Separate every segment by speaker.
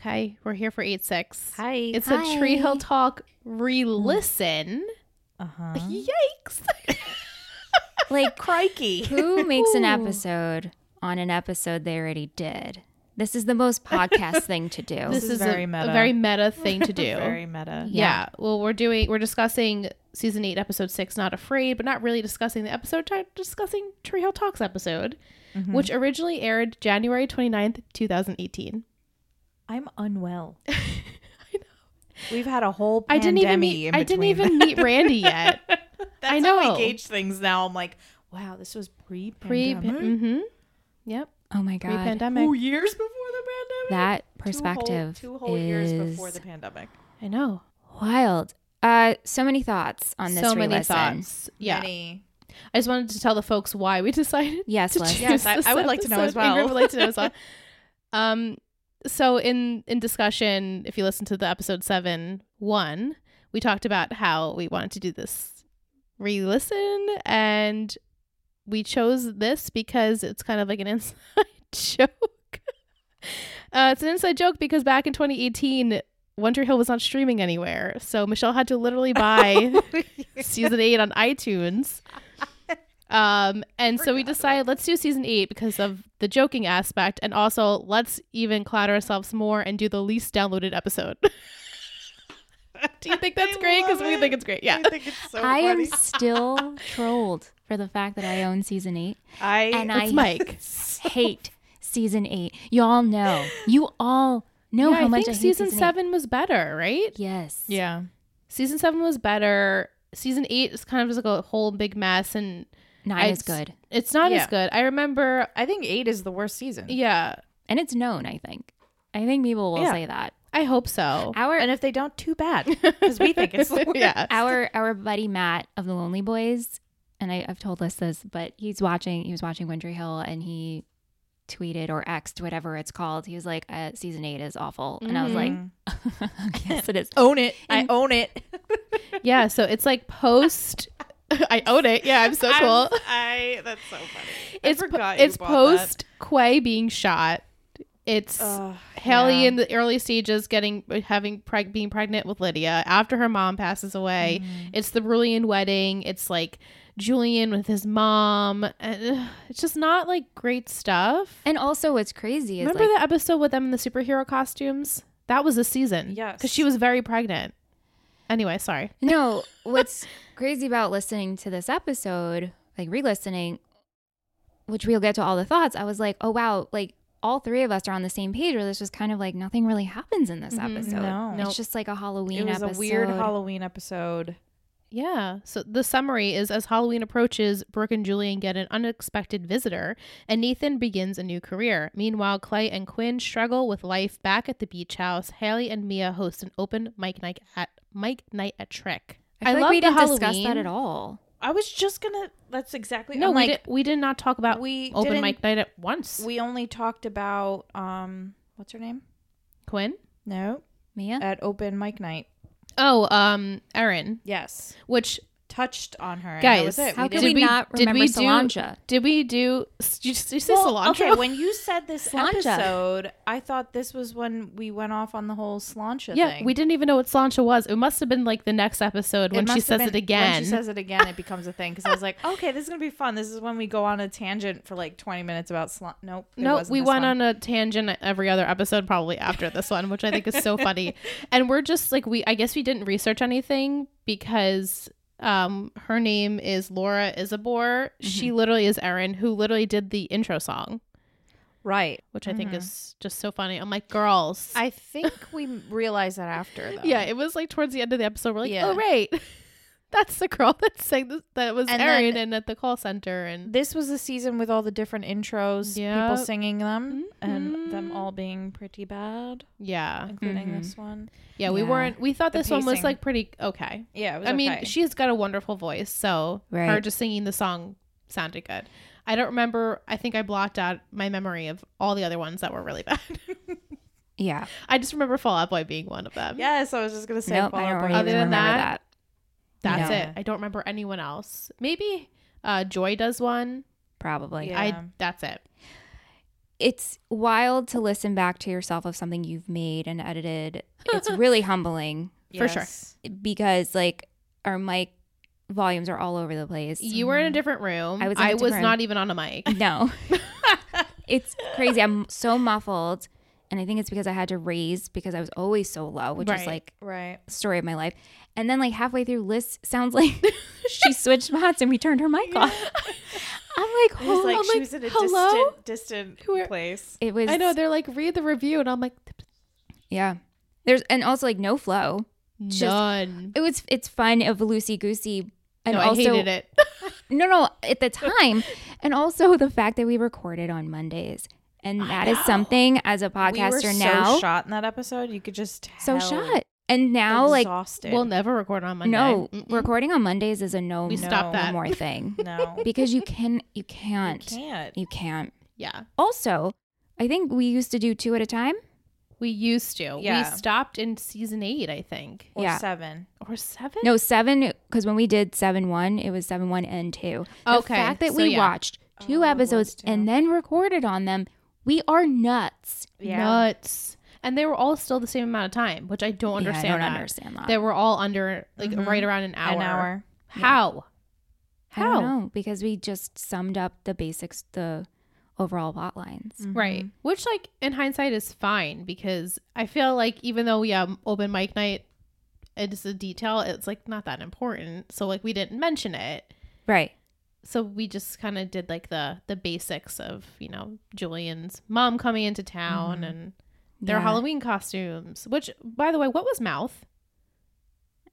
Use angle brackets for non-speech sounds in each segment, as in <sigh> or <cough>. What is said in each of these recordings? Speaker 1: Hi, we're here for eight six.
Speaker 2: Hi.
Speaker 1: It's a Tree Hill Talk re-listen.
Speaker 2: uh-huh.
Speaker 1: Yikes!
Speaker 2: like
Speaker 3: <laughs>
Speaker 2: <laughs> crikey.
Speaker 3: Who makes an
Speaker 1: Ooh.
Speaker 3: episode on an episode they already did? This is the most podcast thing to do.
Speaker 1: <laughs> this,
Speaker 2: is
Speaker 1: is,
Speaker 2: very
Speaker 1: a,
Speaker 2: meta.
Speaker 1: a very meta thing
Speaker 2: <laughs>
Speaker 1: to do.
Speaker 2: Very meta.
Speaker 1: yeah. Well, we're doing we're discussing season eight, episode six, not afraid, but not really discussing the episode. T- discussing Tree Hill Talks episode,
Speaker 2: Mm-hmm.
Speaker 1: which originally aired January 29th, two thousand eighteen. <laughs>
Speaker 2: I'm unwell. I know. We've had a whole
Speaker 1: I didn't even
Speaker 2: pandemic
Speaker 1: meet.
Speaker 2: in
Speaker 1: I didn't
Speaker 2: between.
Speaker 1: even meet Randy yet.
Speaker 2: <laughs> That's
Speaker 1: I
Speaker 2: how
Speaker 1: know.
Speaker 2: I gauge things now. I'm like, wow, this was
Speaker 1: Pre.
Speaker 2: pre-pandemic.
Speaker 1: Mm-hmm. Yep.
Speaker 3: oh my
Speaker 1: Pre
Speaker 3: god.
Speaker 1: pandemic.
Speaker 2: Two years before the pandemic.
Speaker 3: That
Speaker 2: Two whole-
Speaker 3: perspective
Speaker 2: Two whole, years before
Speaker 3: is
Speaker 2: the pandemic.
Speaker 1: I know.
Speaker 3: wild. Uh so many thoughts on this
Speaker 1: so many
Speaker 3: re-listen.
Speaker 1: thoughts. Yeah.
Speaker 2: Many.
Speaker 1: I just wanted to tell the folks why we <laughs> decided
Speaker 3: Yes,
Speaker 1: to
Speaker 3: Les.
Speaker 1: choose
Speaker 2: Yes, I-
Speaker 1: this
Speaker 2: I would like to know as
Speaker 1: episode. Ingrid
Speaker 2: well.
Speaker 1: would like to know
Speaker 2: <laughs>
Speaker 1: as well. Um, so in in discussion, if you listen to the episode seven one, we talked about how we wanted to do this re-listen, and we chose this because it's kind of like an inside joke. <laughs> Uh, it's an inside joke because back in 2018, Wonder Hill was not streaming anywhere, so Michelle had to
Speaker 3: <laughs>
Speaker 1: literally
Speaker 3: Oh,
Speaker 1: buy season eight on iTunes. Um, and so we decided let's do season eight because of the joking aspect, and also let's even cloud ourselves more and do the least downloaded episode. <laughs> do you think that's
Speaker 2: I
Speaker 1: great? Because
Speaker 2: love
Speaker 1: we
Speaker 2: it.
Speaker 1: think it's great. Yeah.
Speaker 2: I think
Speaker 1: <laughs>
Speaker 2: it's so
Speaker 3: I am
Speaker 2: funny.
Speaker 3: still trolled for the fact that I own season 8
Speaker 2: I
Speaker 3: and
Speaker 1: That's
Speaker 3: I
Speaker 1: Mike.
Speaker 3: hate season 8. Y'all know. You all know
Speaker 1: yeah,
Speaker 3: how
Speaker 1: I
Speaker 3: much
Speaker 1: think
Speaker 3: I hate
Speaker 1: season,
Speaker 3: season eight.
Speaker 1: seven was better, right?
Speaker 3: Yes.
Speaker 2: yeah.
Speaker 1: Season seven was better. Season eight is kind of just like a whole big mess, and
Speaker 3: 9
Speaker 1: I
Speaker 3: is
Speaker 1: s-
Speaker 3: good.
Speaker 1: it's not
Speaker 2: Yeah.
Speaker 1: as good. I remember,
Speaker 2: I think eight is the worst season.
Speaker 1: yeah,
Speaker 3: And it's known, I think. I think people will
Speaker 2: Yeah.
Speaker 3: say that.
Speaker 1: I hope so.
Speaker 3: Our
Speaker 2: And if they don't, too
Speaker 1: <laughs>
Speaker 2: bad. Because we think it's the worst. <laughs>
Speaker 1: yeah.
Speaker 3: our our buddy Matt of the Lonely Boys, and I, I've told us this, but he's watching. He was watching Windry Hill, and he tweeted or xed whatever it's called. He was like, uh, "Season eight is awful," and I was like,
Speaker 2: Mm-hmm.
Speaker 3: <laughs>
Speaker 2: <laughs>
Speaker 3: "Yes, it is."
Speaker 2: Mm. own it. I own it.
Speaker 1: Yeah, so it's like post. <laughs> I own it. <laughs> Yeah,
Speaker 2: <laughs>
Speaker 1: I'm so cool.
Speaker 2: I. That's so funny.
Speaker 1: it's po- it's post Quay being shot. It's
Speaker 2: Oh,
Speaker 1: Hallie in the early stages getting having preg- being pregnant with Lydia after her mom passes away. It's the Rulian wedding. It's like Julian with his mom. And, ugh, it's just not like great stuff.
Speaker 3: And also, what's crazy is
Speaker 1: Remember
Speaker 3: like,
Speaker 1: the episode with them in the superhero costumes? That was a season.
Speaker 2: Yes.
Speaker 1: because she was very pregnant. Anyway, sorry.
Speaker 3: no,
Speaker 2: <laughs>
Speaker 3: what's crazy about listening to this episode, like re-listening, which we'll get to all the thoughts. I was like, "Oh wow!" Like all three of us are on the same page. Where this was kind of like nothing really happens in this episode.
Speaker 2: Mm-hmm. No.
Speaker 3: It's just like a Halloween.
Speaker 2: It was
Speaker 3: episode.
Speaker 2: a weird Halloween episode.
Speaker 1: Yeah. So the summary is as Halloween approaches, Brooke and Julian get an unexpected visitor, and Nathan begins a new career. Meanwhile, Clay and Quinn struggle with life back at the beach house. Haley and Mia host an open mic night at Mike Night at Trick.
Speaker 3: I, feel
Speaker 1: love
Speaker 3: like we
Speaker 1: the
Speaker 3: didn't discuss that
Speaker 1: Halloween.
Speaker 3: at all.
Speaker 2: I was just gonna. That's exactly.
Speaker 1: No,
Speaker 2: I'm
Speaker 1: we,
Speaker 2: like
Speaker 1: did, we did not talk about
Speaker 2: we
Speaker 1: open
Speaker 2: didn't-
Speaker 1: mic night at once.
Speaker 2: we only talked about um. What's her name?
Speaker 1: Quinn?
Speaker 2: No,
Speaker 3: Mia?
Speaker 2: at open mic night.
Speaker 1: Oh, um, Erin.
Speaker 2: Yes,
Speaker 1: Which
Speaker 2: touched on her. and that was
Speaker 1: guys,
Speaker 2: it.
Speaker 3: How
Speaker 2: we
Speaker 3: could
Speaker 2: didn't-
Speaker 3: we not
Speaker 1: did
Speaker 3: remember
Speaker 1: we do-
Speaker 3: Solange?
Speaker 1: Did we do? Did you, did you say
Speaker 2: Well,
Speaker 1: cilantro?
Speaker 2: Okay, when you
Speaker 1: <laughs>
Speaker 2: said this
Speaker 3: Slancha.
Speaker 2: episode, I thought this was when we went off on the whole slancha
Speaker 1: yeah,
Speaker 2: thing.
Speaker 1: we didn't even know what cilantro was. It must have been like the next episode when she
Speaker 2: must have
Speaker 1: says it
Speaker 2: been-
Speaker 1: again.
Speaker 2: When she says it again, it becomes a thing because I
Speaker 1: <laughs>
Speaker 2: was like, okay, this is gonna be fun. This is when we go on a tangent for like twenty minutes about slant. Nope. it
Speaker 1: No,
Speaker 2: wasn't
Speaker 1: we
Speaker 2: this
Speaker 1: went on
Speaker 2: one.
Speaker 1: a tangent every other episode, probably after this one, which I think is so
Speaker 2: <laughs>
Speaker 1: funny. And we're just like we, I guess we didn't research anything because um her name is Laura Isabor. She
Speaker 2: Mm-hmm.
Speaker 1: literally is Erin, who literally did the intro song,
Speaker 2: right.
Speaker 1: which I think is just so funny. I'm like, girls,
Speaker 2: Mm-hmm. I think we realized that after. Though.
Speaker 1: yeah. It was like towards the end of the episode, we're like,
Speaker 2: Yeah.
Speaker 1: oh right, <laughs> that's the girl that sang this, that was
Speaker 2: And
Speaker 1: Erin,
Speaker 2: then-
Speaker 1: and at the call center, and
Speaker 2: this was the season with all the different intros,
Speaker 1: Yeah.
Speaker 2: people singing them,
Speaker 1: Mhm.
Speaker 2: and them all being pretty bad,
Speaker 1: yeah,
Speaker 2: including
Speaker 3: Mhm.
Speaker 2: this one.
Speaker 1: yeah. We
Speaker 3: Yeah.
Speaker 1: weren't. We thought
Speaker 2: Uh, The
Speaker 1: this one was
Speaker 2: pacing.
Speaker 1: like pretty okay.
Speaker 2: Yeah, it was
Speaker 1: I mean,
Speaker 2: okay.
Speaker 1: she's got a wonderful voice, so her
Speaker 3: Right.
Speaker 1: just singing the song sounded good. I don't remember. I think I blocked out my memory of all the other ones that were really <laughs> bad.
Speaker 3: Yeah.
Speaker 1: I just remember Fall Out Boy being one of them.
Speaker 2: yes, I was just gonna say.
Speaker 3: Nope, I
Speaker 2: Fall Out
Speaker 3: don't
Speaker 2: Boy.
Speaker 3: even
Speaker 1: Other than
Speaker 3: remember
Speaker 1: that-
Speaker 3: that.
Speaker 1: that's
Speaker 3: No.
Speaker 1: it. I don't remember anyone else. Maybe uh, Joy does one.
Speaker 3: Probably.
Speaker 2: Yeah.
Speaker 1: I that's it.
Speaker 3: it's wild to listen back to yourself of something you've made and edited.
Speaker 1: <laughs>
Speaker 3: <laughs> It's really humbling
Speaker 1: For sure.
Speaker 3: because like our mic volumes are all over the place.
Speaker 1: You were in a different room.
Speaker 3: I
Speaker 1: I
Speaker 3: was
Speaker 1: was,
Speaker 3: in a different
Speaker 1: not even on a mic.
Speaker 3: <laughs> No. it's crazy. I'm so muffled. And I think it's because I had to raise because I was always so low, which is
Speaker 1: Right.
Speaker 3: like
Speaker 2: Right.
Speaker 3: the story of my life. And then like halfway through Liz sounds like <laughs> she switched spots and we turned her
Speaker 2: Oh
Speaker 3: mic off. I'm
Speaker 2: <laughs>
Speaker 3: like,
Speaker 2: It was
Speaker 3: holy
Speaker 2: Oh, like
Speaker 1: I'm
Speaker 2: she
Speaker 1: like,
Speaker 2: was in a
Speaker 1: hello?
Speaker 2: distant, distant
Speaker 1: Where-
Speaker 2: place.
Speaker 3: it was
Speaker 1: I know they're like read the review, and I'm like
Speaker 3: Yeah. There's and also like no flow.
Speaker 1: none.
Speaker 3: It was it's fun of loosey goosey and
Speaker 1: no,
Speaker 3: also
Speaker 1: I hated
Speaker 3: <laughs>
Speaker 1: it.
Speaker 3: No, no, at
Speaker 1: <laughs>
Speaker 3: the time. and also the fact that we recorded on Mondays. And that is
Speaker 2: know.
Speaker 3: something as a podcaster
Speaker 2: we were
Speaker 3: now.
Speaker 2: so shot in that episode. You could just
Speaker 3: so
Speaker 2: tell.
Speaker 3: shot. And now like
Speaker 2: exhausted.
Speaker 1: We'll never record on Monday.
Speaker 3: no,
Speaker 1: Mm-mm.
Speaker 3: recording on Mondays is a no,
Speaker 1: we
Speaker 3: no
Speaker 1: stop
Speaker 2: no
Speaker 1: that.
Speaker 3: more
Speaker 1: <laughs>
Speaker 3: thing
Speaker 2: <laughs> no,
Speaker 3: <laughs>
Speaker 2: you
Speaker 3: because you can you can't you can't.
Speaker 2: can't.
Speaker 1: Yeah,
Speaker 3: Also, I think we used to do two at a time.
Speaker 1: we used to.
Speaker 2: Yeah.
Speaker 1: We stopped in season eight, I think,
Speaker 2: Or
Speaker 3: Yeah.
Speaker 2: seven.
Speaker 1: or seven.
Speaker 3: No, seven because when we did seven one, it was seven one and two. The
Speaker 1: Okay,
Speaker 3: fact that
Speaker 1: so
Speaker 3: we
Speaker 1: yeah.
Speaker 3: watched two
Speaker 2: Oh, it
Speaker 3: episodes
Speaker 2: was two.
Speaker 3: and then recorded on them, we are nuts.
Speaker 2: Yeah.
Speaker 1: nuts. And they were all still the same amount of time, which I don't
Speaker 3: Yeah,
Speaker 1: understand.
Speaker 3: I don't
Speaker 1: that.
Speaker 3: understand that.
Speaker 1: They were all under like
Speaker 2: Mhm.
Speaker 1: right around an hour.
Speaker 2: An hour.
Speaker 1: How?
Speaker 3: I don't
Speaker 1: How?
Speaker 3: know because we just summed up the basics, the overall plot lines.
Speaker 1: Right. Which, like, in hindsight is fine because I feel like even though we have open mic night, it's a detail, it's like not that important. So, like, we didn't mention it.
Speaker 3: Right.
Speaker 1: So we just kind of did like the the basics of you know Julian's mom coming into town and their
Speaker 3: Yeah.
Speaker 1: Halloween costumes. Which, by the way, what was Mouth?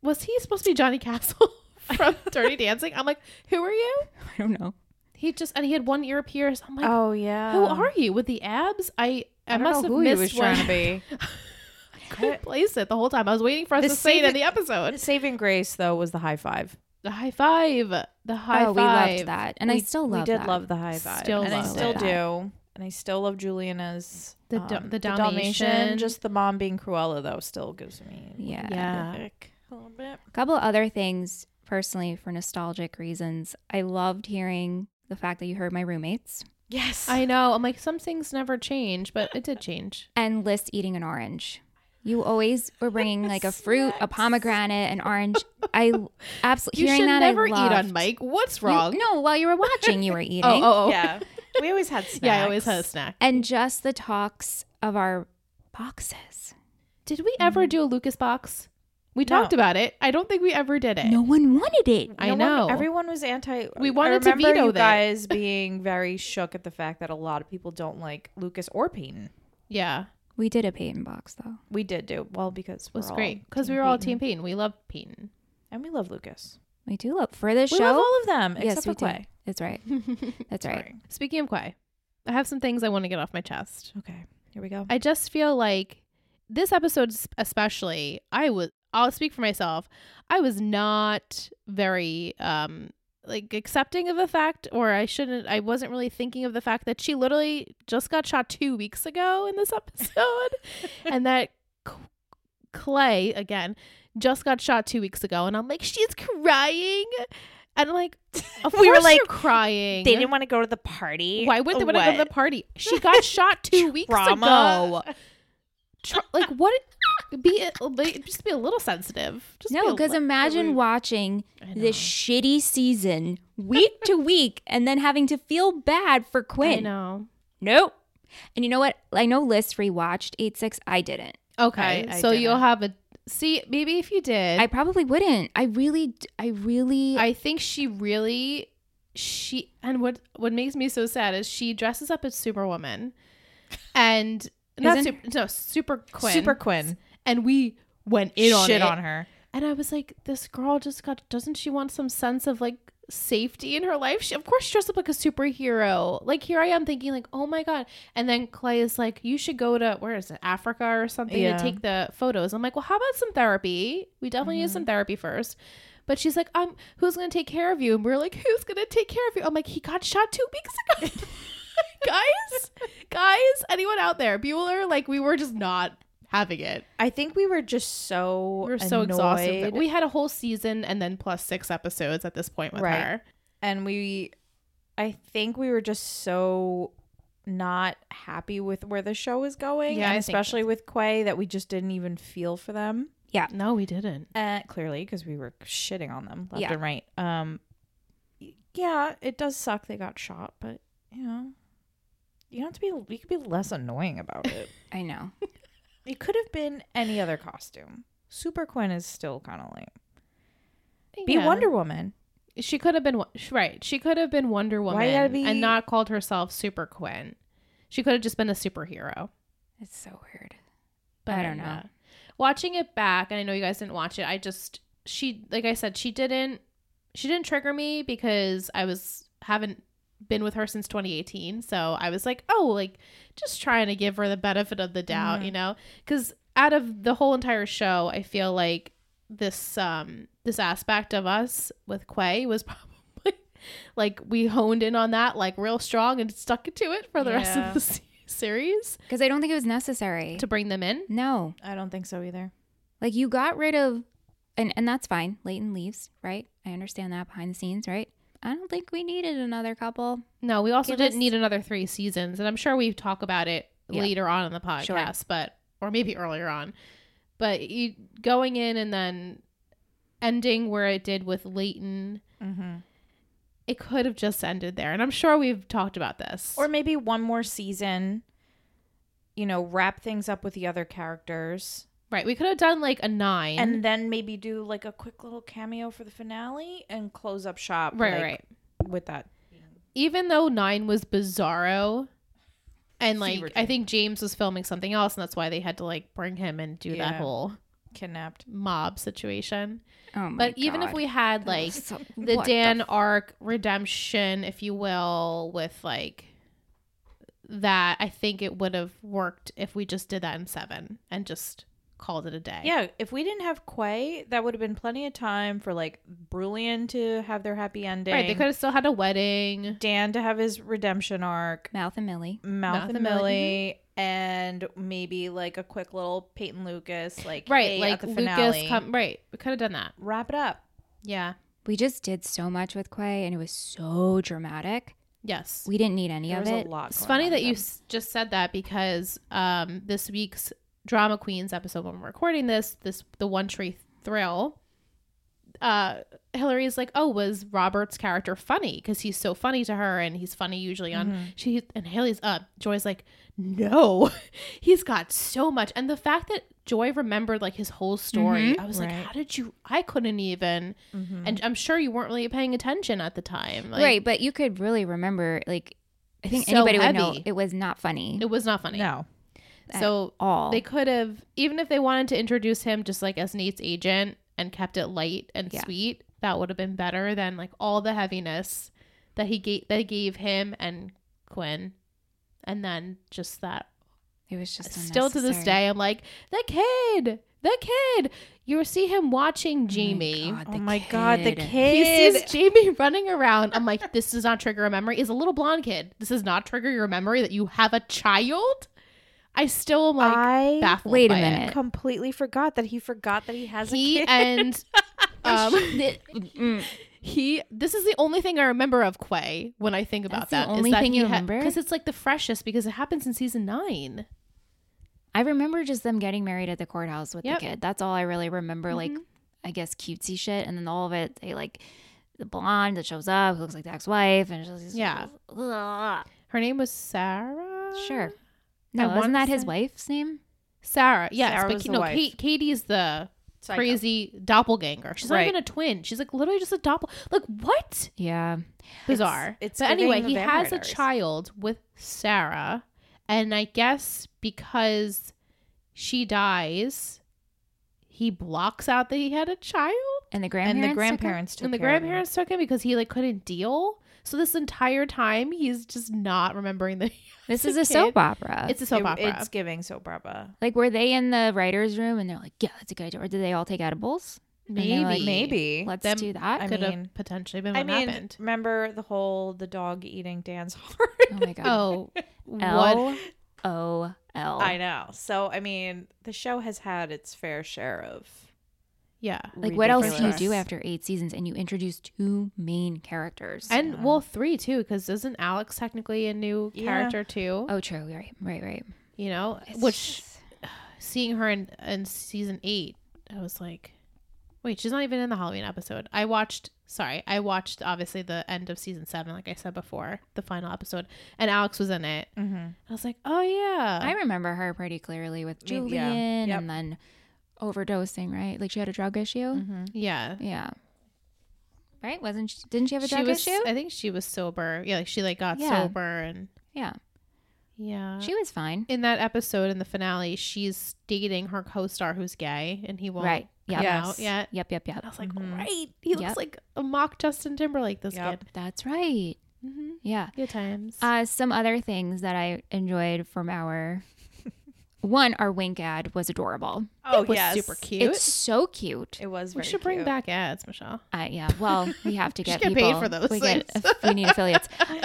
Speaker 1: Was he supposed to be Johnny Castle <laughs> from Dirty Dancing? I'm like, who are you?
Speaker 3: <laughs> I don't know.
Speaker 1: He just and he had one ear pierced. I'm like,
Speaker 2: Oh yeah.
Speaker 1: who are you with the abs? I I,
Speaker 2: I don't
Speaker 1: must
Speaker 2: know
Speaker 1: have
Speaker 2: who he
Speaker 1: missed
Speaker 2: was
Speaker 1: one. <laughs>
Speaker 2: trying to be.
Speaker 1: couldn't place it the whole time. I was waiting for us
Speaker 2: The
Speaker 1: to say it in
Speaker 2: secret-
Speaker 1: the episode.
Speaker 2: Saving grace though was the high five.
Speaker 1: The high five. The high
Speaker 3: oh,
Speaker 1: five.
Speaker 3: we loved that, and I
Speaker 2: We-
Speaker 3: still love.
Speaker 2: We did
Speaker 3: that.
Speaker 2: love the high five,
Speaker 1: Still
Speaker 2: and I
Speaker 1: love
Speaker 2: still
Speaker 3: that.
Speaker 2: do, and I still love Juliana's
Speaker 1: The
Speaker 2: um,
Speaker 1: Da- the Dalmatian.
Speaker 2: Just the mom being Cruella though still gives me
Speaker 3: Yeah.
Speaker 1: Yeah.
Speaker 2: like, a little bit.
Speaker 3: couple other things personally for nostalgic reasons. I loved hearing the fact that you heard my roommates
Speaker 2: Yes,
Speaker 1: I know. I'm like some things never change, but it did change.
Speaker 3: and Liz eating an orange. You always
Speaker 1: <laughs>
Speaker 3: were bringing like a fruit, a pomegranate, an orange. I absolutely
Speaker 1: You
Speaker 3: hearing
Speaker 1: should
Speaker 3: that.
Speaker 1: never
Speaker 3: I
Speaker 1: eat
Speaker 3: loved.
Speaker 1: on Mike. What's
Speaker 3: You-
Speaker 1: wrong?
Speaker 3: no, while you were watching, you were
Speaker 1: <laughs>
Speaker 3: eating.
Speaker 1: oh, oh, oh. <laughs> Yeah.
Speaker 2: yeah. We always had snacks.
Speaker 1: I always had a snack.
Speaker 3: And just the talks of our boxes.
Speaker 1: Did we
Speaker 2: Mm-hmm.
Speaker 1: ever do a Lucas box? We talked about it. I don't think we ever did it.
Speaker 3: No one wanted it.
Speaker 1: I
Speaker 2: No one-
Speaker 1: know.
Speaker 2: everyone was anti.
Speaker 1: We
Speaker 2: I
Speaker 1: wanted to
Speaker 2: remember
Speaker 1: veto
Speaker 2: you
Speaker 1: that. <laughs>
Speaker 2: guys being very shook at the fact that a lot of people don't like Lucas or Peyton.
Speaker 1: yeah,
Speaker 3: We did a Peyton box though.
Speaker 2: We did do well because
Speaker 1: it
Speaker 2: we're
Speaker 1: was
Speaker 2: all
Speaker 1: great because we
Speaker 2: Team
Speaker 1: were all
Speaker 2: Peyton.
Speaker 1: Team Peyton. We love
Speaker 2: <laughs>
Speaker 1: Peyton.
Speaker 2: and we love Lucas.
Speaker 3: We do love for this
Speaker 2: We
Speaker 3: show.
Speaker 2: love all of them except
Speaker 3: yes, we
Speaker 2: for Clay.
Speaker 3: do. That's right. That's right.
Speaker 2: Sorry.
Speaker 1: Speaking of Quay, I have some things I want to get off my chest.
Speaker 2: Okay, here we go.
Speaker 1: I just feel like this episode s- especially, I was I'll speak for myself. I was not very um like accepting of the fact or I shouldn't I wasn't really thinking of the fact that she literally just got shot 2 weeks ago in this <laughs> episode and that C- Clay again just got shot 2 weeks ago and I'm like she's crying and I'm
Speaker 2: <laughs>
Speaker 1: like of
Speaker 2: We were
Speaker 1: course
Speaker 2: like,
Speaker 1: you're crying.
Speaker 2: They didn't want to go to the party.
Speaker 1: Why would they want to go to the party? She got shot
Speaker 2: <laughs>
Speaker 1: two weeks ago.
Speaker 2: Trauma.
Speaker 1: Tra- like what? Be like, just be a little sensitive. Just
Speaker 3: No, because imagine watching this shitty season week to week and then having to feel bad for
Speaker 1: I
Speaker 3: Quinn.
Speaker 1: know.
Speaker 3: Nope. And you know what? I know Liz rewatched 8 6. I didn't.
Speaker 1: Okay,
Speaker 2: I- I
Speaker 1: so you'll
Speaker 2: didn't.
Speaker 1: have a see. Maybe if you did,
Speaker 3: I
Speaker 1: I,
Speaker 3: probably wouldn't. I really, I really,
Speaker 1: think she really she and what what makes me so sad is she dresses up as Superwoman, and not
Speaker 3: Isn't-
Speaker 1: super, no Super Quinn,
Speaker 2: Super Quinn
Speaker 1: and we went in on
Speaker 2: shit
Speaker 1: it.
Speaker 2: on her.
Speaker 1: And I was like, this girl just got, doesn't she want some sense of like safety in her life? She, of course, she dressed up like a superhero. Like, here I am thinking, like, oh my God. And then Clay is like, you should go to, where is it, Africa or something
Speaker 2: Yeah.
Speaker 1: to take the photos. I'm like, well, how about some therapy? We definitely need some therapy first. But she's like, um, who's going to take care of you? And we're like, who's going to take care of you? I'm like, he got shot two weeks ago. <laughs> guys, guys, anyone out there, Bueller, like, we were just not having it.
Speaker 2: I think we were just so
Speaker 1: We were so exhausted. that
Speaker 2: annoyed.
Speaker 1: We had a whole season and then plus six episodes at this point with
Speaker 2: Right.
Speaker 1: her.
Speaker 2: and we I think we were just so not happy with where the show is going,
Speaker 1: Yeah,
Speaker 2: and
Speaker 1: I think
Speaker 2: especially with Quay, that we just didn't even feel for them.
Speaker 1: No, we didn't.
Speaker 2: Uh, clearly, because we were shitting on them left
Speaker 3: Yeah.
Speaker 2: and right. Um, y- yeah, it does suck they got shot, but you know, you don't have to be. You could be less annoying about it.
Speaker 3: I know.
Speaker 2: it could have been any other costume. Super Quinn is still kind of lame. Be
Speaker 1: Yeah.
Speaker 2: Wonder Woman.
Speaker 1: She could have been Wo- sh- right. She could have been Wonder Woman
Speaker 2: gotta be-
Speaker 1: and not called herself Super Quinn. She could have just been a superhero.
Speaker 3: It's so weird.
Speaker 1: But
Speaker 3: I don't know.
Speaker 1: uh, watching it back, and I know you guys didn't watch it. I just she like I said she didn't she didn't trigger me because I was haven't been with her since 2018. So I was like, oh, like just trying to give her the benefit of the doubt,
Speaker 2: Mhm.
Speaker 1: you know? Because out of the whole entire show, I feel like this um this aspect of us with Quay was <laughs> probably like we honed in on that like real strong and stuck to it for the rest
Speaker 2: Yeah.
Speaker 1: of the se- series
Speaker 3: Because I don't think it was necessary.
Speaker 1: to bring them in.
Speaker 3: no.
Speaker 2: I don't think so either.
Speaker 3: Like you got rid of and and that's fine. Leighton leaves, right? I understand that behind the scenes, right? I don't think we needed another couple.
Speaker 1: No, we also
Speaker 3: It
Speaker 1: didn't
Speaker 3: was-
Speaker 1: need another three seasons, and I'm sure we talk about it
Speaker 3: Yeah.
Speaker 1: later on in the podcast,
Speaker 3: Sure.
Speaker 1: but or maybe earlier on. But you going in and then ending where it did with Leighton,
Speaker 2: Mm-hmm.
Speaker 1: it could have just ended there, and I'm sure we've talked about this.
Speaker 2: Or maybe one more season. You know, wrap things up with the other characters,
Speaker 1: right, we could have done like a nine,
Speaker 2: and then maybe do like a quick little cameo for the finale and close up shop.
Speaker 1: right,
Speaker 2: like,
Speaker 1: right.
Speaker 2: With that,
Speaker 1: Even though nine was bizarro. And like
Speaker 2: Fever
Speaker 1: I
Speaker 2: dream.
Speaker 1: think James was filming something else and that's why they had to like bring him and do
Speaker 2: Yeah.
Speaker 1: that whole
Speaker 2: kidnapped.
Speaker 1: mob situation.
Speaker 3: Oh my
Speaker 1: but even if
Speaker 3: <laughs> God.
Speaker 1: we had like
Speaker 3: So-
Speaker 1: the
Speaker 3: what
Speaker 1: Dan
Speaker 3: f-
Speaker 1: arc redemption, if you will, with like that, I think it would have worked if we just did that in seven and just called it a day.
Speaker 2: Yeah, if we didn't have Quay, that would have been plenty of time for like Brilliant to have their happy ending.
Speaker 1: Right. They could have still had a wedding.
Speaker 2: Dan to have his redemption arc.
Speaker 3: Mouth and Millie.
Speaker 2: Mouth,
Speaker 1: Mouth
Speaker 2: and
Speaker 1: and
Speaker 2: Millie,
Speaker 1: Millie.
Speaker 2: and maybe like a quick little Peyton Lucas, like
Speaker 1: Right.
Speaker 2: hey, at
Speaker 1: like
Speaker 2: the
Speaker 1: Lucas
Speaker 2: finale,
Speaker 1: come right. We could have done that.
Speaker 2: wrap it up.
Speaker 1: Yeah.
Speaker 3: We just did so much with Quay and it was so dramatic.
Speaker 1: Yes.
Speaker 3: We didn't need any
Speaker 2: There
Speaker 3: of
Speaker 2: was
Speaker 3: it.
Speaker 2: a lot.
Speaker 1: It's
Speaker 2: going
Speaker 1: funny
Speaker 2: on
Speaker 1: that
Speaker 2: with
Speaker 1: you
Speaker 2: them.
Speaker 1: s- just said that because um, this week's drama queens episode when we're recording this, this the One Tree Thrill, uh, Hillary is like, "Oh, was Robert's character funny? Because he's so funny to her, and he's funny usually on."
Speaker 2: Mm-hmm.
Speaker 1: She and Haley's up. Joy's like, "No, <laughs> he's got so much." And the fact that Joy remembered like his whole story, I was
Speaker 2: Mm-hmm. Right.
Speaker 1: like, "How did you? I couldn't even."
Speaker 2: Mm-hmm.
Speaker 1: And I'm sure you weren't really paying attention at the time, like,
Speaker 3: right, but you could really remember like I think
Speaker 1: So
Speaker 3: anybody would know
Speaker 1: heavy.
Speaker 3: it was not funny
Speaker 1: It was not funny.
Speaker 2: No,
Speaker 1: So
Speaker 3: all.
Speaker 1: They could have, even if they wanted to introduce him just like as Nate's agent and kept it light and
Speaker 3: Yeah.
Speaker 1: sweet, that would have been better than like all the heaviness that he gave that gave him and Quinn, and then just that.
Speaker 3: it was just
Speaker 1: Still to this
Speaker 3: unnecessary.
Speaker 1: day, I'm like the kid, the kid. You see him watching
Speaker 3: Oh my
Speaker 1: Jamie.
Speaker 3: God,
Speaker 2: oh
Speaker 3: the
Speaker 2: my god, the
Speaker 3: kid.
Speaker 1: He
Speaker 2: kid.
Speaker 1: sees Jamie <laughs> running around. I'm like, this does not trigger a memory. Is a little blonde kid. This does not trigger your memory that you have a child. I still am like
Speaker 2: I
Speaker 1: baffled.
Speaker 3: Wait a
Speaker 1: by it.
Speaker 3: minute.
Speaker 2: completely forgot that he forgot that he has a
Speaker 1: he <laughs>
Speaker 2: kid.
Speaker 1: and um,
Speaker 3: Mm,
Speaker 1: he this is the only thing i remember of quay when i think about
Speaker 3: That's the
Speaker 1: that, is
Speaker 3: only
Speaker 1: that
Speaker 3: thing
Speaker 1: he
Speaker 3: you
Speaker 1: ha-
Speaker 3: remember?
Speaker 1: it's like the freshest because it happens in season nine
Speaker 3: I remember just them getting married at the courthouse with
Speaker 1: Yep. Mm-hmm.
Speaker 3: the kid. That's all I really remember. Like, I guess cutesy shit, and then all of it. They like the blonde that shows up, who looks like the ex-wife, and she's
Speaker 1: Yeah.
Speaker 3: Ugh.
Speaker 1: her name was sarah
Speaker 3: sure. No,
Speaker 1: I
Speaker 3: wasn't
Speaker 1: wanna
Speaker 3: that his
Speaker 1: say-
Speaker 3: wife's name?
Speaker 1: sarah yes
Speaker 2: Sarah
Speaker 1: but
Speaker 2: was
Speaker 1: Ka-
Speaker 2: the
Speaker 1: no
Speaker 2: wife.
Speaker 1: Kate, katie's the
Speaker 2: Psycho.
Speaker 1: crazy doppelganger she's
Speaker 2: Right.
Speaker 1: not even a twin she's like literally just a doppel like what
Speaker 3: Yeah,
Speaker 1: bizarre.
Speaker 2: it's
Speaker 1: but anyway,
Speaker 2: giving
Speaker 1: he
Speaker 2: Vampire
Speaker 1: has a
Speaker 2: Diaries.
Speaker 1: child with Sarah, and I guess because she dies, he blocks out that he had a child,
Speaker 3: and the
Speaker 2: and
Speaker 3: grandparents.
Speaker 2: the
Speaker 3: took her?
Speaker 2: grandparents took
Speaker 1: and the
Speaker 2: care of him.
Speaker 1: grandparents took him because he like couldn't deal. So this entire time, he's just not remembering that he-
Speaker 3: This is
Speaker 1: a
Speaker 3: a
Speaker 1: kid.
Speaker 3: soap opera.
Speaker 1: it's a soap
Speaker 2: It-
Speaker 1: opera.
Speaker 2: It's giving soap opera.
Speaker 3: like were they in the writers' room and they're like, yeah, that's a good idea. Or did they all take edibles? they
Speaker 1: maybe
Speaker 3: were like,
Speaker 2: Maybe.
Speaker 3: Let's
Speaker 1: Them-
Speaker 3: do that.
Speaker 2: I
Speaker 1: could
Speaker 2: mean-
Speaker 1: have potentially been what
Speaker 2: I mean, <laughs>
Speaker 1: happened.
Speaker 2: remember the whole the dog eating <laughs> Dan's heart.
Speaker 3: oh my god.
Speaker 1: Oh, what?
Speaker 3: L O L.
Speaker 2: Oh. I know. So I mean, the show has had its fair share of
Speaker 1: Yeah.
Speaker 3: Like, what else do you
Speaker 2: ridiculous.
Speaker 3: do after eight seasons and you introduce two main characters?
Speaker 1: And well, three too, because isn't Alex technically a new
Speaker 2: Yeah.
Speaker 1: character too?
Speaker 3: oh, true. Right, right, right.
Speaker 1: You know,
Speaker 3: It's
Speaker 1: which
Speaker 3: just-
Speaker 1: seeing her in, in season eight, I was like, wait, she's not even in the Halloween episode. I watched, sorry, I watched obviously the end of season seven, like I said before, the final episode, and Alex was in it.
Speaker 2: Mm-hmm.
Speaker 1: I was like, oh yeah.
Speaker 3: I remember her pretty clearly with
Speaker 2: Me- yeah.
Speaker 3: Julian
Speaker 2: Yep.
Speaker 3: and then overdosing, right? Like she had a drug issue.
Speaker 2: Mm-hmm.
Speaker 1: yeah.
Speaker 3: Yeah. Right? Wasn't she, didn't she have a
Speaker 1: She
Speaker 3: drug
Speaker 1: was,
Speaker 3: issue?
Speaker 1: I think she was sober. Yeah, like she like got
Speaker 3: Yeah.
Speaker 1: sober and
Speaker 3: yeah.
Speaker 1: yeah.
Speaker 3: She was fine.
Speaker 1: in that episode in the finale, she's dating her co-star who's gay, and he won't
Speaker 3: Right.
Speaker 1: come
Speaker 3: Yep.
Speaker 2: Yes.
Speaker 1: out yet.
Speaker 3: Yep. Yep.
Speaker 1: I
Speaker 3: Yep.
Speaker 1: was like,
Speaker 2: Mhm.
Speaker 1: right, he looks
Speaker 3: Yep.
Speaker 1: like a mock Justin Timberlake. This
Speaker 2: Yep.
Speaker 1: kid.
Speaker 3: That's right.
Speaker 1: Mm-hmm.
Speaker 3: Yeah.
Speaker 1: Good times.
Speaker 3: Uh, some other things that I enjoyed from
Speaker 1: <laughs>
Speaker 3: our one, our wink ad was adorable.
Speaker 2: Oh,
Speaker 1: it was
Speaker 2: yes.
Speaker 1: super cute.
Speaker 3: It's so cute.
Speaker 2: It was.
Speaker 1: we
Speaker 2: very
Speaker 1: should bring
Speaker 2: cute.
Speaker 1: back ads, Michelle.
Speaker 3: Uh, yeah.
Speaker 1: <laughs>
Speaker 3: Well, we have to
Speaker 1: Just
Speaker 3: get
Speaker 1: get paid
Speaker 3: people.
Speaker 1: for those
Speaker 3: We, get,
Speaker 1: things.
Speaker 3: <laughs> we need
Speaker 1: <laughs>
Speaker 3: affiliates. Ah,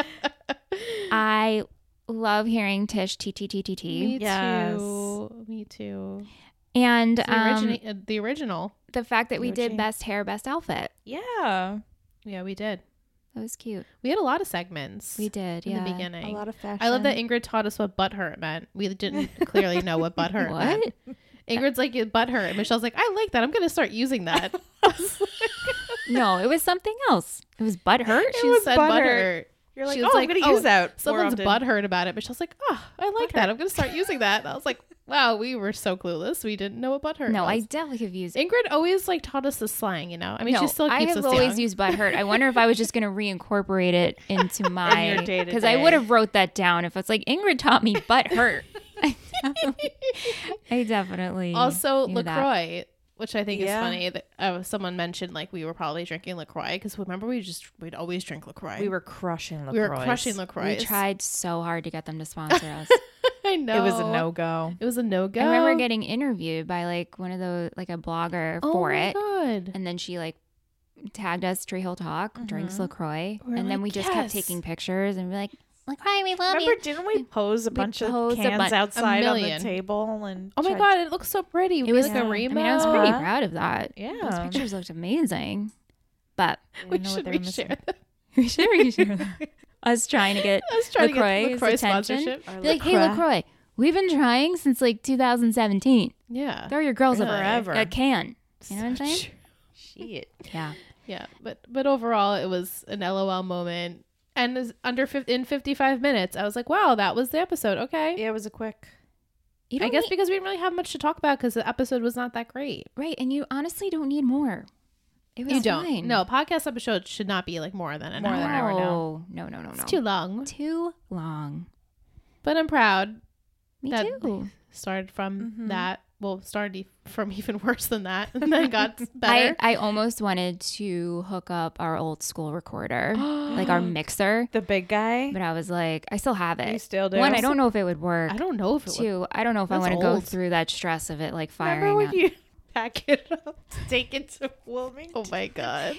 Speaker 3: I love hearing Tish t t t t
Speaker 1: Me
Speaker 3: t.
Speaker 2: Yes.
Speaker 1: too. Me too.
Speaker 3: And
Speaker 1: The,
Speaker 3: um,
Speaker 1: origina- uh, the original.
Speaker 3: the fact that we
Speaker 2: No
Speaker 3: did
Speaker 2: change.
Speaker 3: best hair, best outfit.
Speaker 2: Yeah.
Speaker 1: Yeah, we did.
Speaker 3: That was cute.
Speaker 1: We had a lot of segments
Speaker 3: We did.
Speaker 1: in
Speaker 3: yeah.
Speaker 1: the beginning.
Speaker 2: of fashion.
Speaker 1: I love that Ingrid taught us what butthurt meant. We didn't clearly know what butthurt
Speaker 3: <laughs>
Speaker 1: meant.
Speaker 3: What?
Speaker 1: Ingrid's like, it butthurt. And Michelle's like, I like that. I'm going to start using that.
Speaker 3: no, it was something else. It was butt hurt.
Speaker 1: she
Speaker 2: was
Speaker 1: said butthurt.
Speaker 2: butthurt. You're like,
Speaker 1: She
Speaker 2: oh,
Speaker 1: was
Speaker 2: I'm
Speaker 1: like,
Speaker 2: gonna
Speaker 1: oh,
Speaker 2: use that.
Speaker 1: Someone's
Speaker 2: more often."
Speaker 1: butthurt about it. Michelle's like, oh, I like that. I'm going to start using that. And I was like, <laughs> wow, we were so clueless. We didn't know what butthurt
Speaker 3: No,
Speaker 1: was.
Speaker 3: I definitely have used.
Speaker 1: Ingrid always like taught us the slang, you know. I mean,
Speaker 3: no,
Speaker 1: she still keeps
Speaker 3: I have
Speaker 1: us
Speaker 3: always
Speaker 1: young.
Speaker 3: used <laughs> butt hurt. I wonder if I was just going to reincorporate it into my
Speaker 2: your day-to-day.
Speaker 3: because I would have wrote that down if it's like Ingrid taught me butt
Speaker 1: <laughs>
Speaker 3: hurt. I definitely- I definitely
Speaker 1: <laughs> also
Speaker 3: knew that.
Speaker 1: Lacroix, which I think
Speaker 2: Yeah.
Speaker 1: is funny that uh, someone mentioned like we were probably drinking Lacroix because remember we just we'd always drink Lacroix.
Speaker 2: We were crushing Lacroix.
Speaker 1: we were crushing Lacroix.
Speaker 3: We tried so hard to get them to sponsor us.
Speaker 1: <laughs> I know
Speaker 2: It was a no go.
Speaker 1: It was a no go.
Speaker 3: I remember getting interviewed by like one of those like a blogger
Speaker 1: oh
Speaker 3: for
Speaker 1: my
Speaker 3: it,
Speaker 1: God.
Speaker 3: and then she like tagged us Tree Hill Talk drinks
Speaker 2: Mhm.
Speaker 3: Lacroix,
Speaker 1: Mm-hmm. We're
Speaker 3: and then
Speaker 1: like,
Speaker 3: we just kept
Speaker 1: "Yes."
Speaker 3: taking pictures and be like Lacroix, we love
Speaker 2: Remember,
Speaker 3: you.
Speaker 2: didn't we pose a bunch of
Speaker 3: posed a
Speaker 2: cans
Speaker 3: bun- a
Speaker 2: outside on the
Speaker 1: million.
Speaker 2: table and?
Speaker 1: Oh my
Speaker 2: tried-
Speaker 1: God! It looks so pretty.
Speaker 3: It was
Speaker 1: like a
Speaker 3: I
Speaker 1: rainbow.
Speaker 3: mean, I was
Speaker 1: <laughs>
Speaker 3: pretty
Speaker 2: Yeah.
Speaker 3: proud of that. Those
Speaker 2: Yeah.
Speaker 3: pictures looked amazing, but
Speaker 1: we should we share that?
Speaker 3: <laughs> we should
Speaker 1: <laughs>
Speaker 3: reshare that. Us trying to get
Speaker 1: I was trying to
Speaker 3: LaCroix's
Speaker 1: get the LaCroix
Speaker 3: attention.
Speaker 1: sponsorship.
Speaker 2: Our
Speaker 3: be like, hey Lacroix, we've been trying since like 2017.
Speaker 1: Yeah.
Speaker 3: Throw your girls
Speaker 1: Really?
Speaker 3: a, a can. You know what I'm
Speaker 1: So
Speaker 3: saying?
Speaker 1: true.
Speaker 2: Shit.
Speaker 3: Yeah,
Speaker 1: Yeah, but but overall, it was an LOL moment. And is under fif- in fifty five minutes, I was like, "Wow, that was the episode." Okay,
Speaker 2: Yeah, it was a quick.
Speaker 3: you
Speaker 1: I
Speaker 3: don't
Speaker 1: guess
Speaker 3: need-
Speaker 1: because we didn't really have much to talk about because the episode was not that great.
Speaker 3: right, and you honestly don't need more. It was
Speaker 1: you don't.
Speaker 3: fine.
Speaker 1: No, podcast episode should not be like more than an
Speaker 2: More
Speaker 1: hour.
Speaker 2: than an hour.
Speaker 3: no, no, no, no, no.
Speaker 1: It's too long.
Speaker 3: too long.
Speaker 1: But I'm proud.
Speaker 3: Me
Speaker 1: That-
Speaker 3: too.
Speaker 1: Started from
Speaker 3: Mm-hmm.
Speaker 2: Mhm.
Speaker 1: that. Well, started e- <laughs> from even worse than that, and then got
Speaker 3: <laughs> I,
Speaker 1: better.
Speaker 3: I almost wanted to hook up our old
Speaker 1: <gasps>
Speaker 3: school recorder, like our mixer,
Speaker 2: The big guy.
Speaker 3: but I was like, I still have
Speaker 2: You
Speaker 3: it.
Speaker 2: still do.
Speaker 3: One, I
Speaker 2: <laughs>
Speaker 3: don't know if it would work.
Speaker 1: I don't know if it was.
Speaker 3: Two, I don't know if I
Speaker 1: That's
Speaker 3: want to go
Speaker 1: old.
Speaker 3: through that stress of it, like
Speaker 2: Remember
Speaker 3: firing
Speaker 2: when
Speaker 3: up. You-,
Speaker 2: you pack it up, to take it to <laughs> Wilmington?
Speaker 1: Oh my god,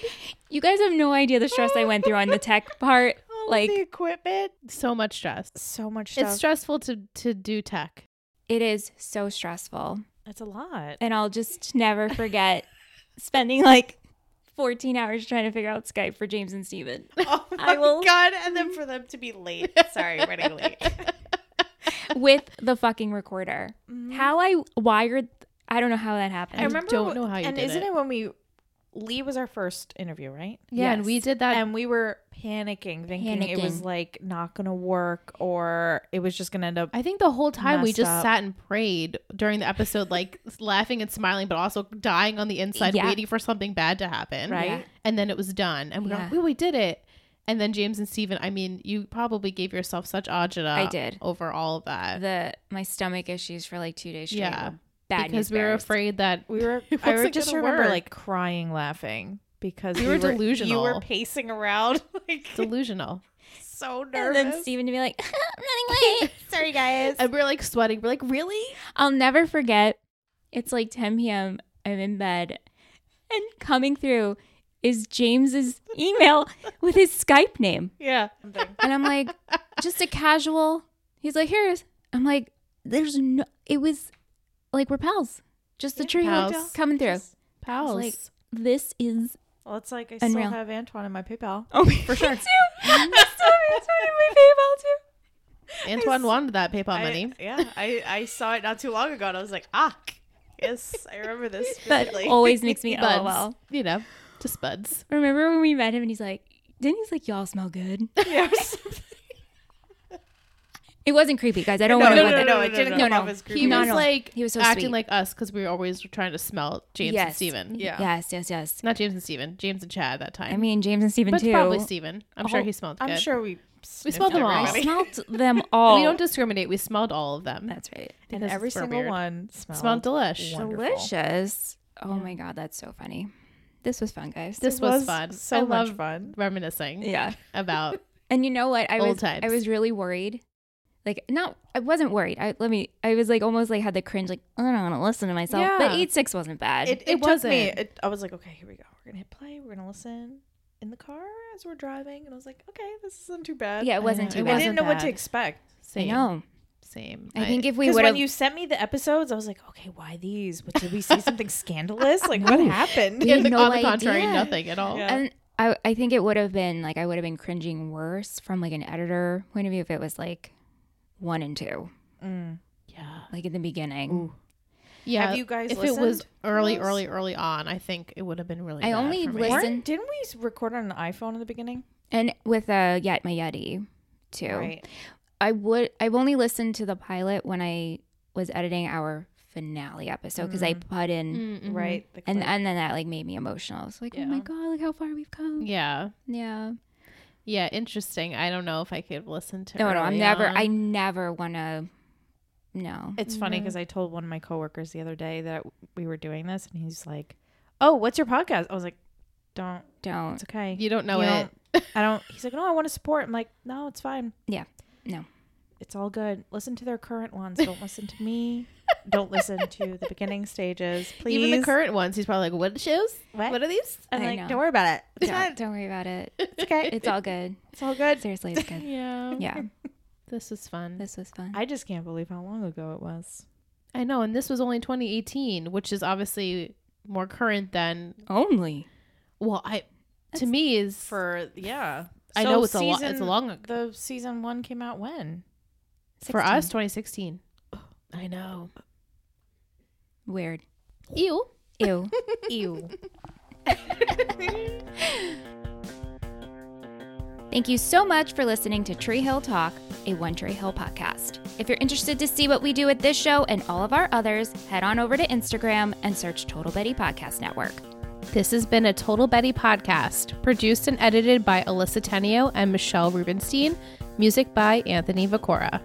Speaker 3: guys have no idea the stress I went through on
Speaker 1: <laughs>
Speaker 3: the tech part.
Speaker 2: All of
Speaker 3: Like
Speaker 2: the equipment.
Speaker 1: so much stress.
Speaker 2: So much stuff.
Speaker 1: It's stressful to to do tech.
Speaker 3: it is so stressful,
Speaker 2: It's a lot.
Speaker 3: and I'll just never forget spending like 14 hours trying to figure out Skype for James
Speaker 1: <laughs>
Speaker 3: and Steven.
Speaker 2: Oh
Speaker 3: I will-
Speaker 2: god! And then for them to be late. Sorry, we're running late.
Speaker 3: with the fucking recorder.
Speaker 2: Mm-hmm.
Speaker 3: How I wired, I don't know how that happened.
Speaker 1: I remember don't know how you
Speaker 2: And
Speaker 1: did
Speaker 2: isn't
Speaker 1: it.
Speaker 2: it. when we Lee was our first interview, right?
Speaker 1: Yeah, and we
Speaker 3: Yes.
Speaker 1: did that
Speaker 2: and we were panicking, thinking it was
Speaker 3: Panicking.
Speaker 2: like not gonna work or it was just gonna end up.
Speaker 1: I think the whole time we
Speaker 2: messed
Speaker 1: just
Speaker 2: up.
Speaker 1: sat and prayed during the episode, like laughing and smiling, but also dying on the inside,
Speaker 3: Yeah.
Speaker 1: waiting for something bad to happen.
Speaker 2: Right.
Speaker 3: Yeah.
Speaker 1: And then it was done. And we were
Speaker 3: Yeah.
Speaker 1: like, "Woo, we did it. And then James and Steven, I mean, you probably gave yourself such agita.
Speaker 3: I did.
Speaker 1: Over all of that.
Speaker 3: the my stomach issues for like two days straight.
Speaker 1: Yeah.
Speaker 3: were bad
Speaker 1: because
Speaker 3: news
Speaker 1: we were
Speaker 3: bears.
Speaker 1: afraid that
Speaker 2: <laughs> We were.
Speaker 1: <laughs> It
Speaker 2: I re-
Speaker 1: wasn't
Speaker 2: just
Speaker 1: gonna
Speaker 2: remember
Speaker 1: work.
Speaker 2: like crying, laughing because
Speaker 1: We were delusional.
Speaker 2: You were pacing around <laughs> like
Speaker 1: delusional.
Speaker 2: so
Speaker 3: And
Speaker 2: nervous.
Speaker 3: then Steven to be like, <laughs> I'm running
Speaker 1: <laughs>
Speaker 3: late. Sorry, guys.
Speaker 1: and we are like sweating. We're like, really?
Speaker 3: I'll never forget. It's like 10 p.m. I'm in bed, and coming through is James's email with his Skype name.
Speaker 2: yeah.
Speaker 3: And I'm <laughs> like, just a casual. He's like, here's. I'm like, there's no. It was like we're pals. Just the
Speaker 2: Yeah,
Speaker 3: tree
Speaker 1: pals.
Speaker 3: hotel coming through.
Speaker 1: house.
Speaker 3: like- This is
Speaker 2: Well, it's like I
Speaker 3: Unreal.
Speaker 2: still have Antoine in my PayPal.
Speaker 3: oh <laughs> for sure.
Speaker 1: Antoine wanted that PayPal money.
Speaker 2: I, yeah, I, I saw it not too long ago, and I was like, ah, yes, I
Speaker 1: <laughs>
Speaker 2: remember this.
Speaker 3: That
Speaker 2: vividly.
Speaker 3: <laughs> always makes me
Speaker 1: Buds.
Speaker 3: oh well.
Speaker 1: You know, just buds.
Speaker 3: Remember when we met him and he's like, didn't he's like y'all smell good?
Speaker 2: <laughs> Yeah, or something.
Speaker 3: It wasn't creepy, guys. I don't
Speaker 2: No,
Speaker 3: want to
Speaker 2: no,
Speaker 3: want
Speaker 2: no,
Speaker 3: that.
Speaker 2: no, it didn't
Speaker 3: no,
Speaker 2: come
Speaker 3: no.
Speaker 2: off as
Speaker 1: He
Speaker 2: creepy.
Speaker 3: No,
Speaker 1: was
Speaker 3: no.
Speaker 1: like
Speaker 3: He was so
Speaker 1: acting
Speaker 3: sweet.
Speaker 1: like us because we were always trying to smell James and
Speaker 3: Yes.
Speaker 1: Steven.
Speaker 2: Yeah.
Speaker 3: Yes, yes, yes.
Speaker 1: Not James and Steven, James and Chad that time.
Speaker 3: I mean, James and Stephen
Speaker 1: but
Speaker 3: too.
Speaker 1: probably Steven. <laughs> I'm sure
Speaker 2: Oh,
Speaker 1: he smelled good.
Speaker 2: I'm sure we we
Speaker 1: smelled them all.
Speaker 3: I
Speaker 1: Everybody.
Speaker 2: <laughs>
Speaker 3: smelled them all.
Speaker 1: We don't discriminate. We smelled all of them.
Speaker 3: That's right.
Speaker 2: and
Speaker 1: Because
Speaker 2: every
Speaker 1: we're
Speaker 2: single
Speaker 1: weird.
Speaker 2: one smelled.
Speaker 1: Smelled delish.
Speaker 2: Wonderful.
Speaker 3: Delicious. Oh my god, that's so funny. This was fun, guys.
Speaker 1: This
Speaker 2: It
Speaker 1: was, fun.
Speaker 2: So
Speaker 1: I
Speaker 2: much
Speaker 1: love
Speaker 2: fun.
Speaker 1: reminiscing
Speaker 3: yeah.
Speaker 2: <laughs>
Speaker 1: about
Speaker 3: And you know what? I
Speaker 1: Old
Speaker 3: was
Speaker 1: times.
Speaker 3: I was really worried. Like not I wasn't worried. I let me I was like almost like had the cringe like I don't want to listen to myself. But
Speaker 1: Yeah.
Speaker 3: 8 6 wasn't bad.
Speaker 2: It, it,
Speaker 1: It
Speaker 2: took me.
Speaker 1: wasn't.
Speaker 2: It, I was like, okay, here we go. We're gonna hit play. We're gonna listen in the car as we're driving, and I was like, okay, this isn't too bad.
Speaker 3: yeah, it
Speaker 1: know,
Speaker 3: wasn't
Speaker 1: it
Speaker 3: too
Speaker 2: I
Speaker 3: bad.
Speaker 1: wasn't
Speaker 2: didn't know what to
Speaker 1: bad.
Speaker 2: expect.
Speaker 3: I
Speaker 1: same.
Speaker 3: know.
Speaker 1: Same.
Speaker 3: I
Speaker 1: <laughs>
Speaker 3: think if we
Speaker 2: Because
Speaker 3: would
Speaker 2: when
Speaker 3: have
Speaker 2: you sent me the episodes, I was like, okay, why these? What, did
Speaker 1: <laughs>
Speaker 2: we see something scandalous? Like, what happened?
Speaker 3: We had no
Speaker 1: on the contrary,
Speaker 3: idea.
Speaker 1: nothing at all.
Speaker 2: Yeah.
Speaker 3: And I, I think it would have been like I would have been cringing worse from like an editor point of view if it was like one and two,
Speaker 2: Mm.
Speaker 1: Yeah.
Speaker 3: like in the beginning.
Speaker 1: Yeah.
Speaker 2: Have you guys
Speaker 1: if it was
Speaker 2: listened to
Speaker 1: early,
Speaker 2: those?
Speaker 1: early, early on, I think it would have been really.
Speaker 3: I
Speaker 1: bad
Speaker 3: only
Speaker 1: for me.
Speaker 3: listened-
Speaker 2: Weren't- Didn't we record on an iPhone in the beginning?
Speaker 3: And with uh Yet My Yeti too.
Speaker 2: Right.
Speaker 3: I would I've only listened to the pilot when I was editing our finale episode because I put in
Speaker 1: Mm, mhm.
Speaker 2: Right. The
Speaker 3: and
Speaker 2: clip.
Speaker 3: and then that like made me emotional. I was like, oh my
Speaker 2: Yeah.
Speaker 3: god, look how far we've come. Yeah.
Speaker 1: Yeah. Yeah. Interesting. I don't know if I could listen to.
Speaker 3: No, no, I'm
Speaker 1: early
Speaker 3: never
Speaker 1: on.
Speaker 3: I never wanna no.
Speaker 2: It's funny because I told one of my coworkers the other day that we were doing this, and he's like, "Oh, what's your podcast?" I was like, "Don't.
Speaker 3: Don't
Speaker 2: It's okay.
Speaker 1: You don't know
Speaker 2: You
Speaker 1: it.
Speaker 2: don't- <laughs> I don't." He's like, "No, I want to support." I'm like, "No, it's fine.
Speaker 3: Yeah. No.
Speaker 2: It's all good. Listen to their current ones. Don't listen to me. Don't listen
Speaker 1: <laughs>
Speaker 2: to the beginning stages, please."
Speaker 1: Even the current ones, he's probably like, "What shows?
Speaker 2: What?
Speaker 1: What are these?"
Speaker 2: I'm
Speaker 3: I
Speaker 2: like,
Speaker 3: know.
Speaker 2: "Don't worry about it.
Speaker 1: <laughs>
Speaker 2: It's
Speaker 3: don't,
Speaker 2: fine.
Speaker 3: don't worry about it.
Speaker 2: It's okay.
Speaker 3: It's all good.
Speaker 2: It's all good."
Speaker 3: Seriously, it's
Speaker 1: <laughs>
Speaker 3: good.
Speaker 1: Yeah.
Speaker 3: Yeah.
Speaker 1: This is fun.
Speaker 3: This was fun.
Speaker 2: I just can't believe how long ago it was.
Speaker 1: I know, and this was only 2018, which is obviously more current than
Speaker 3: Only.
Speaker 1: well, I to me is
Speaker 2: For yeah,
Speaker 1: I know it's a lo- it's a long ag-
Speaker 2: The season one came out when?
Speaker 1: for us 2016. I know.
Speaker 3: Weird.
Speaker 1: Ew.
Speaker 3: Ew.
Speaker 2: Ew.
Speaker 3: Thank you so much for listening to Tree Hill Talk, a One Tree Hill podcast. If you're interested to see what we do with this show and all of our others, head on over to Instagram and search Total Betty Podcast Network.
Speaker 1: This has been a Total Betty podcast, produced and edited by Alyssa Tenio and Michelle Rubenstein, music by Anthony Vacora.